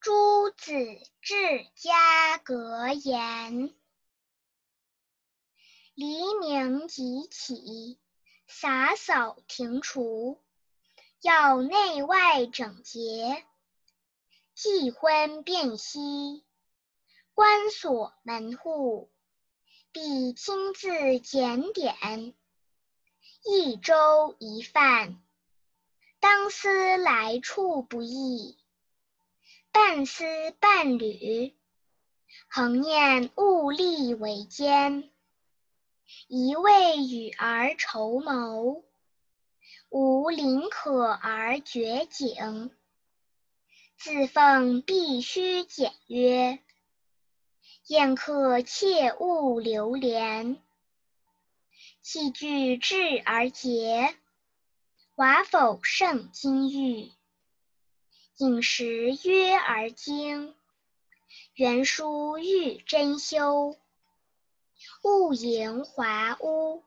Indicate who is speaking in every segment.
Speaker 1: 朱子治家格言：黎明即起，洒扫庭除，要内外整洁；既昏便息，关锁门户，必亲自检点。一粥一饭，当思来处不易。半丝半缕，恒念物力维艰；一味与儿筹谋，无临渴而绝景。自奉必须简约，宴客切勿流连。器具质而洁，瓦否胜金玉。饮食约而精，原书欲真修。勿盈华屋，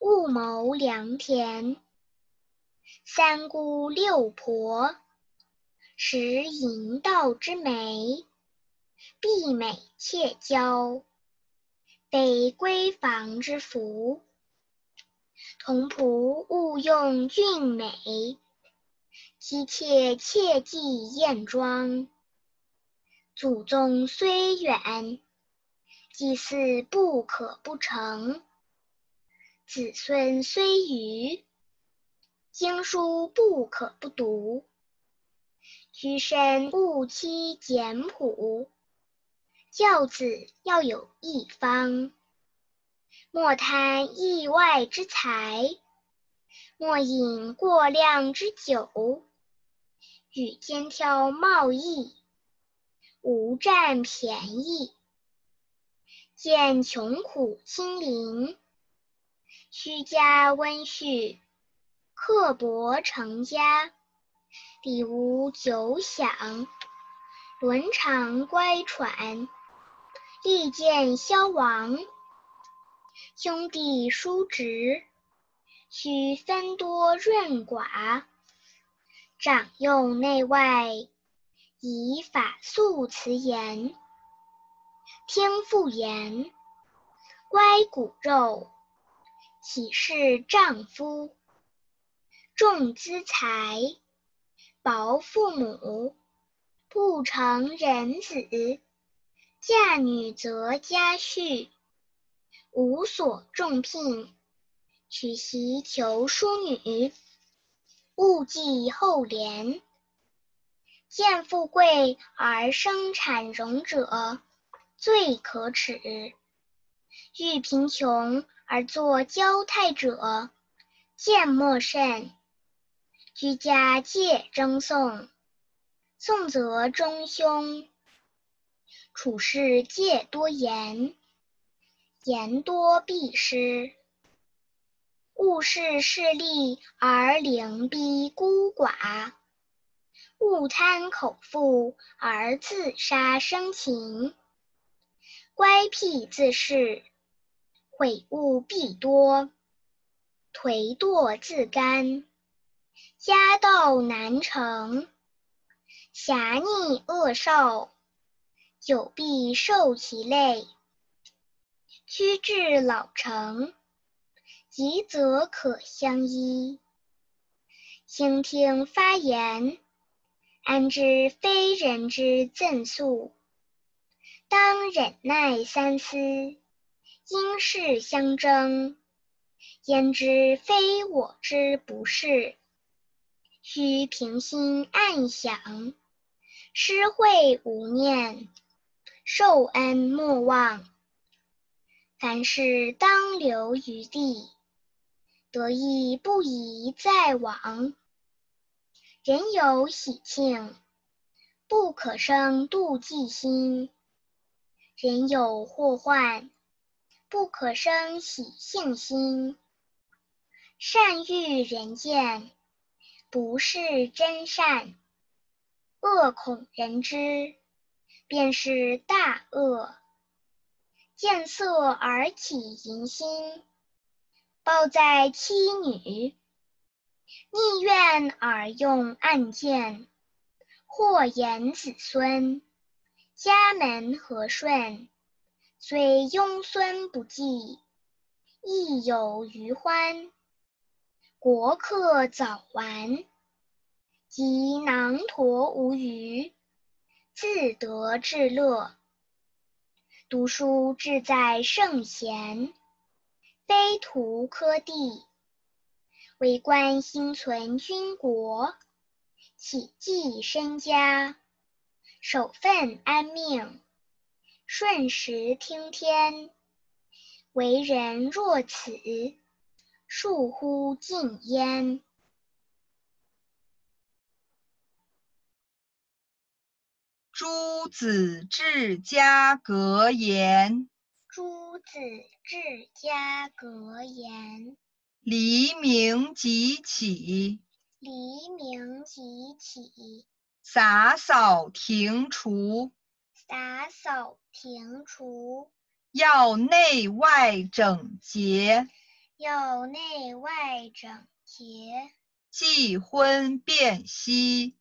Speaker 1: 勿谋良田。三姑六婆，识淫道之美，必美切交，非闺房之福。童仆勿用俊美。妻妾切忌艳妆，祖宗虽远，祭祀不可不成；子孙虽愚，经书不可不读。居身勿欺简朴，教子要有一方。莫贪意外之财，莫饮过量之酒。与肩挑贸易，无占便宜；见穷苦亲邻，虚加温煦，刻薄成家。里无酒饷，伦常乖舛，利见消亡。兄弟叔侄，须分多润寡。长幼内外，以法素辞言；听父言，乖骨肉；喜事丈夫，重资财；薄父母，不成人子；嫁女则家婿，无所重聘；娶媳求淑女。勿计后怜，见富贵而生产荣者，最可耻；遇贫穷而作骄态者，见莫甚。居家戒争讼，讼则中凶；处事戒多言，言多必失。勿恃势利而凌逼孤寡，勿贪口腹而自杀生情。乖僻自恃，悔悟必多；颓惰自甘，家道难成。侠逆恶少，久必受其累；屈至老成。吉则可相依，兴听发言，安知非人之赠诉？当忍耐三思，因事相争，焉知非我之不是？须平心暗想，施惠无念，受恩莫忘。凡事当留余地。得意不宜再往，人有喜庆，不可生妒忌心；人有祸患，不可生喜庆心。善欲人见，不是真善；恶恐人知，便是大恶。见色而起淫心。抱在妻女，逆愿而用暗箭，祸延子孙，家门和顺，虽庸孙不济，亦有余欢。国客早完，即囊橐无余，自得至乐。读书志在圣贤，非徒科第。为官心存君国，起计身家，守分安命，顺时听天。为人若此。树乎静焉。
Speaker 2: 诸子治家格言：
Speaker 1: 诸子治家格言：
Speaker 2: 黎明即起，
Speaker 1: 黎明即起，
Speaker 2: 洒扫庭除，
Speaker 1: 打扫庭除，
Speaker 2: 要内外整洁，
Speaker 1: 要内外整洁，
Speaker 2: 忌婚辨析，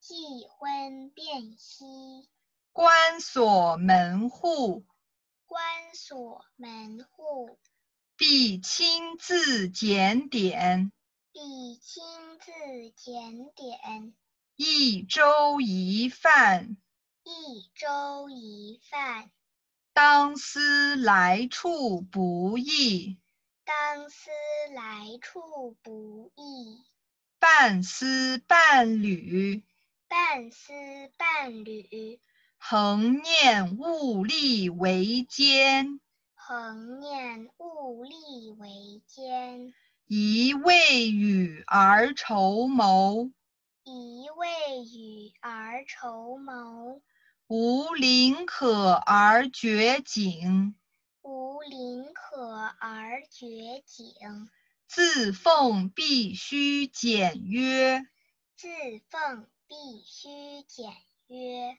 Speaker 1: 忌婚辨析，
Speaker 2: 关锁门户，
Speaker 1: 关锁门户，
Speaker 2: 必亲自检点，
Speaker 1: 必亲自检点，
Speaker 2: 一粥一饭，
Speaker 1: 一粥一饭。
Speaker 2: 当思来处不易，
Speaker 1: 当思来处不易，
Speaker 2: 半丝半缕，
Speaker 1: 半丝半缕，
Speaker 2: 恒念物力维艰，
Speaker 1: 恒念物力维艰。
Speaker 2: 一未雨而绸缪，
Speaker 1: 一未雨而绸缪，
Speaker 2: 无林可而绝井，
Speaker 1: 无林可而绝井。
Speaker 2: 自奉必须简约，
Speaker 1: 自奉必须简约，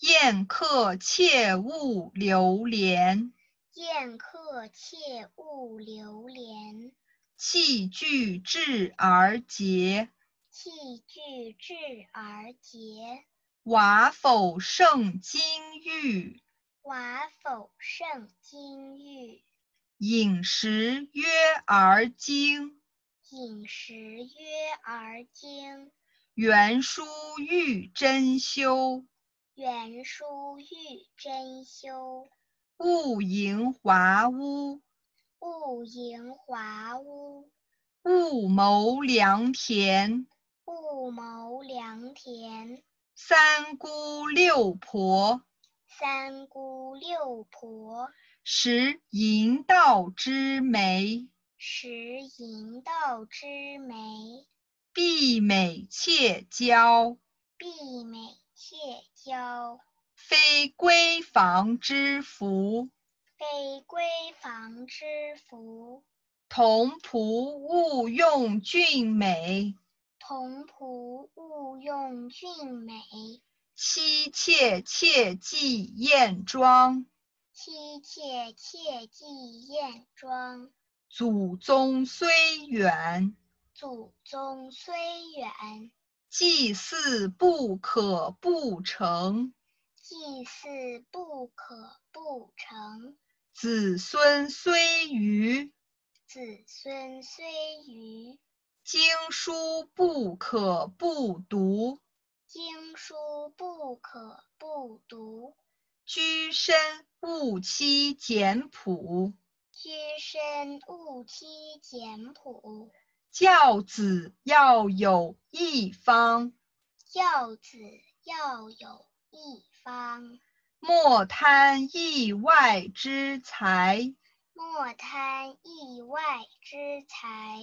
Speaker 2: 宴客切勿流连，
Speaker 1: 宴客切勿流连。
Speaker 2: 器具至而节，
Speaker 1: 器具至而节，
Speaker 2: 瓦否胜金玉，
Speaker 1: 瓦否胜金玉。
Speaker 2: 饮食约而精，
Speaker 1: 饮食约而精，
Speaker 2: 原书欲真修，
Speaker 1: 原书欲真修。
Speaker 2: 勿盈华屋，
Speaker 1: 勿盈华屋，
Speaker 2: 勿谋良田。
Speaker 1: 不谋良田。
Speaker 2: 三姑六婆，
Speaker 1: 三姑六婆，
Speaker 2: 识淫道之美，
Speaker 1: 识淫道之美，
Speaker 2: 必美妾娇，
Speaker 1: 必美妾娇。
Speaker 2: 非闺房之福。
Speaker 1: 非闺房之福，
Speaker 2: 童仆勿用俊美，
Speaker 1: 童仆勿用俊美。
Speaker 2: 妻妾切忌艳妆。
Speaker 1: 妻妾切忌艳妆，
Speaker 2: 祖宗虽远，
Speaker 1: 祖宗虽远，
Speaker 2: 祭祀不可不成。
Speaker 1: 祭祀不可不成。
Speaker 2: 子孙虽愚，
Speaker 1: 子孙虽愚，
Speaker 2: 经书不可不读。
Speaker 1: 经书不可不读。
Speaker 2: 居身勿欺简朴，
Speaker 1: 居身勿欺简朴，
Speaker 2: 教子要有一方，
Speaker 1: 教子要有一方。
Speaker 2: 莫贪意外之财，
Speaker 1: 莫贪意外之财，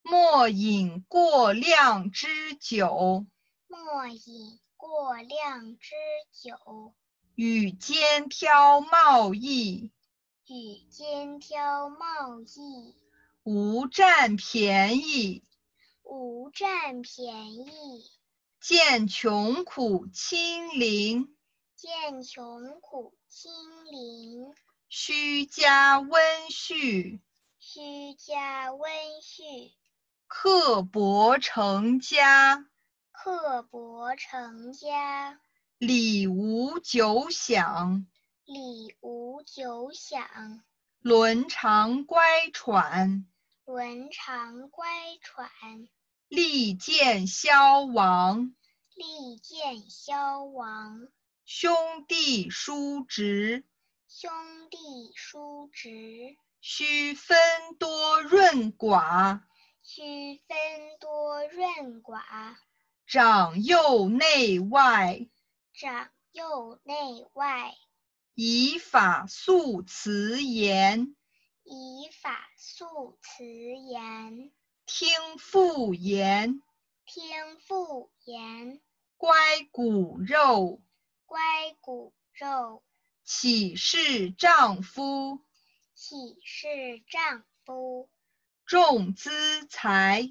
Speaker 2: 莫饮过量之酒。
Speaker 1: 莫饮过量之酒。
Speaker 2: 与肩挑贸易，
Speaker 1: 与肩挑贸易，
Speaker 2: 无占便宜，
Speaker 1: 无占便宜。
Speaker 2: 见穷苦亲邻，
Speaker 1: 见穷苦亲邻，
Speaker 2: 须加温煦，
Speaker 1: 须加温煦。
Speaker 2: 刻薄成家，
Speaker 1: 刻薄成家，
Speaker 2: 礼无九响，
Speaker 1: 礼无九响，
Speaker 2: 伦常乖舛，
Speaker 1: 伦常乖舛，
Speaker 2: 利见消亡，
Speaker 1: 利见消亡。
Speaker 2: 兄弟叔侄，
Speaker 1: 兄弟叔侄，
Speaker 2: 须分多润寡，
Speaker 1: 须分多润寡，
Speaker 2: 长幼内外，
Speaker 1: 长幼内外，
Speaker 2: 以法肃辞严，
Speaker 1: 以法肃辞严，
Speaker 2: 听父言，
Speaker 1: 听父言，
Speaker 2: 乖骨肉，
Speaker 1: 乖骨肉，
Speaker 2: 岂是丈夫？
Speaker 1: 岂是丈夫？
Speaker 2: 重资财，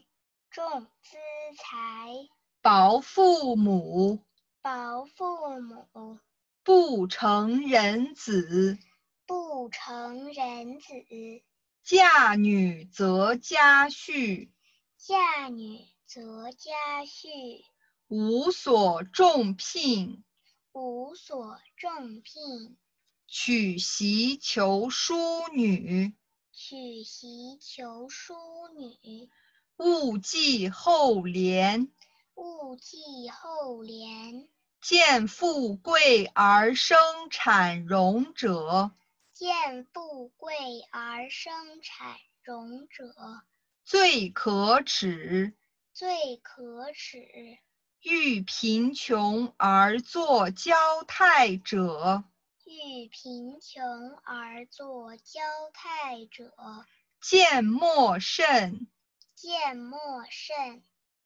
Speaker 1: 重资财，
Speaker 2: 薄父母，
Speaker 1: 薄父母，
Speaker 2: 不成人子。
Speaker 1: 不成人子。
Speaker 2: 嫁女则家婿，
Speaker 1: 嫁女则家婿，
Speaker 2: 无所重聘，
Speaker 1: 无所重聘。
Speaker 2: 娶媳求淑女，
Speaker 1: 娶媳求淑女，
Speaker 2: 勿计后怜。
Speaker 1: 勿计后怜。
Speaker 2: 见富贵而生产荣者，
Speaker 1: 见富贵而生产荣者，
Speaker 2: 最可耻；
Speaker 1: 最可耻；
Speaker 2: 遇贫穷而作交泰者，
Speaker 1: 遇贫穷而作交泰者，
Speaker 2: 见莫甚。
Speaker 1: 见莫甚。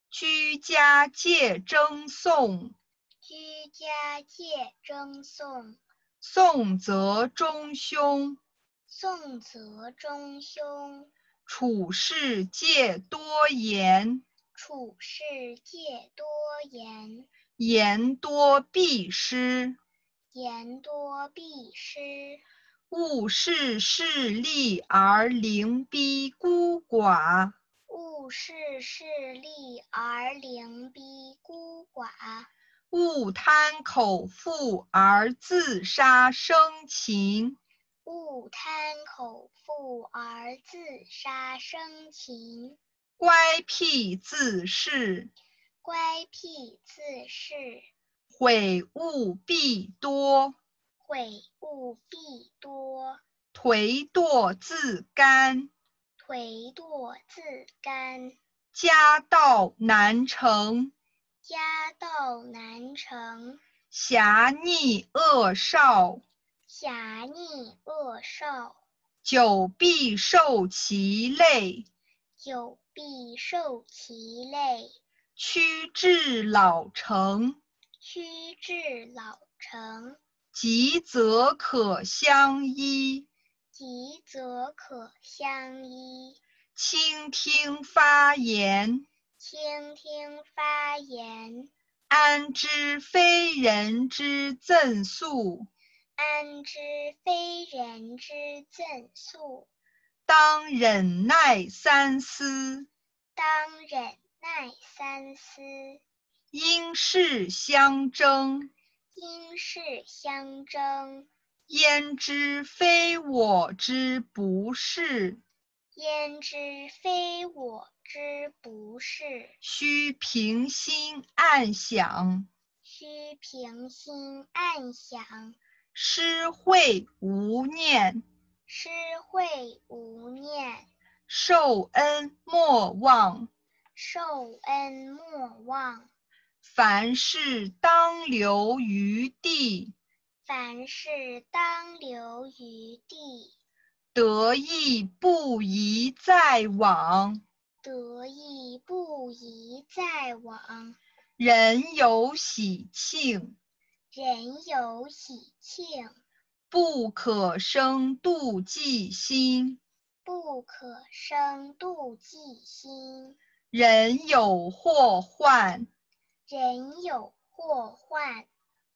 Speaker 2: 居家戒争讼，
Speaker 1: 居家戒争讼，
Speaker 2: 讼则中凶；
Speaker 1: 讼则中凶。
Speaker 2: 处事戒多言，
Speaker 1: 处事戒多言，
Speaker 2: 言多必失。
Speaker 1: 言多必失。
Speaker 2: 勿恃势利而凌逼孤寡，
Speaker 1: 勿恃势利而凌逼孤寡，
Speaker 2: 勿贪口腹而自杀生情。
Speaker 1: 勿贪口腹而自杀生情。
Speaker 2: 乖僻自恃，
Speaker 1: 乖僻自恃，
Speaker 2: 悔悟必多；
Speaker 1: 悔悟必多。
Speaker 2: 颓惰自甘，
Speaker 1: 颓惰自甘，
Speaker 2: 家道难成。
Speaker 1: 家道难成。
Speaker 2: 侠逆恶少，
Speaker 1: 侠逆恶少，
Speaker 2: 久必受其累。
Speaker 1: 久必受其累。
Speaker 2: 屈至老成，
Speaker 1: 须至老成，
Speaker 2: 急则可相依。
Speaker 1: 急则可相依。
Speaker 2: 倾听发言，
Speaker 1: 倾听发言，
Speaker 2: 安知非人之赠宿？
Speaker 1: 安知非人之赠宿？
Speaker 2: 当忍耐三思，
Speaker 1: 当忍耐三思，
Speaker 2: 因事相争，
Speaker 1: 因事相争，
Speaker 2: 焉知非我之不是？
Speaker 1: 焉知非我之不是？
Speaker 2: 须平心暗想，
Speaker 1: 须平心暗想，
Speaker 2: 施惠无念，
Speaker 1: 施惠无念，
Speaker 2: 受恩莫忘。
Speaker 1: 受恩莫忘。
Speaker 2: 凡事当留余地，
Speaker 1: 凡事当留余地，
Speaker 2: 得意不宜再往。
Speaker 1: 得意不宜再往。
Speaker 2: 人有喜庆，
Speaker 1: 人有喜庆，
Speaker 2: 不可生妒忌心；
Speaker 1: 不可生妒忌心。
Speaker 2: 人有祸患，
Speaker 1: 人有祸患，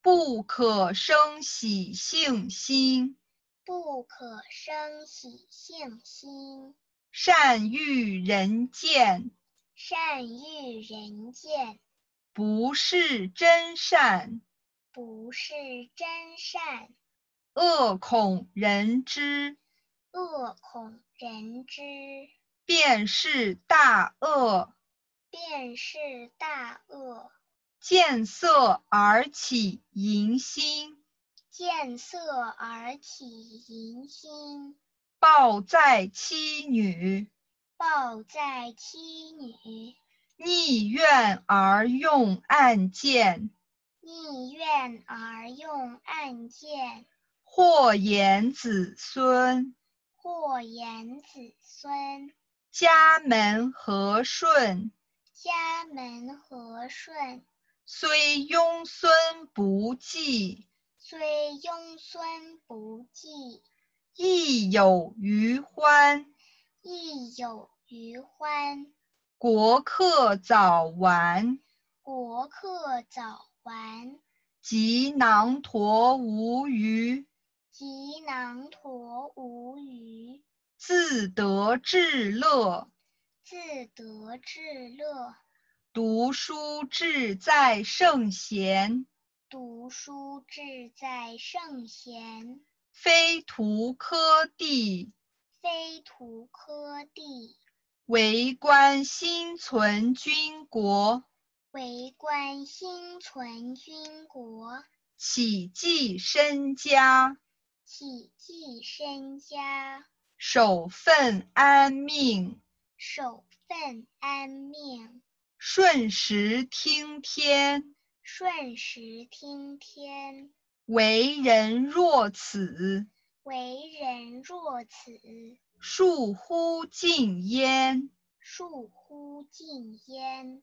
Speaker 2: 不可生喜庆心。
Speaker 1: 不可生喜庆心。
Speaker 2: 善欲人见，
Speaker 1: 善欲人见，
Speaker 2: 不是真善，
Speaker 1: 不是真善，
Speaker 2: 恶恐人知，
Speaker 1: 恶恐人知，
Speaker 2: 便是大恶，
Speaker 1: 便是大恶。
Speaker 2: 见色而起淫心，
Speaker 1: 见色而起淫心，
Speaker 2: 暴在妻女，
Speaker 1: 暴在妻女，
Speaker 2: 逆愿而用暗箭，
Speaker 1: 逆愿而用暗箭，
Speaker 2: 祸延子孙。
Speaker 1: 祸延子孙。
Speaker 2: 家门和顺，
Speaker 1: 家门和顺，
Speaker 2: 虽庸孙不济，
Speaker 1: 虽庸孙不济，
Speaker 2: 亦有余欢。
Speaker 1: 亦有余欢。
Speaker 2: 国客早完，
Speaker 1: 国客早还，
Speaker 2: 及囊陀无余，
Speaker 1: 吉囊陀无余。
Speaker 2: 自得至乐。
Speaker 1: 自得至乐，
Speaker 2: 读书志在圣贤，
Speaker 1: 读书志在圣贤。
Speaker 2: 非徒科第，
Speaker 1: 非徒科第，
Speaker 2: 为官心存君国。
Speaker 1: 为官心存君国。
Speaker 2: 起计身家，
Speaker 1: 起计身家，
Speaker 2: 守分安命，
Speaker 1: 守分安命，
Speaker 2: 顺时听天，
Speaker 1: 顺时听天。
Speaker 2: 为人若此，
Speaker 1: 为人若此，
Speaker 2: 树乎敬焉。
Speaker 1: 树乎静焉。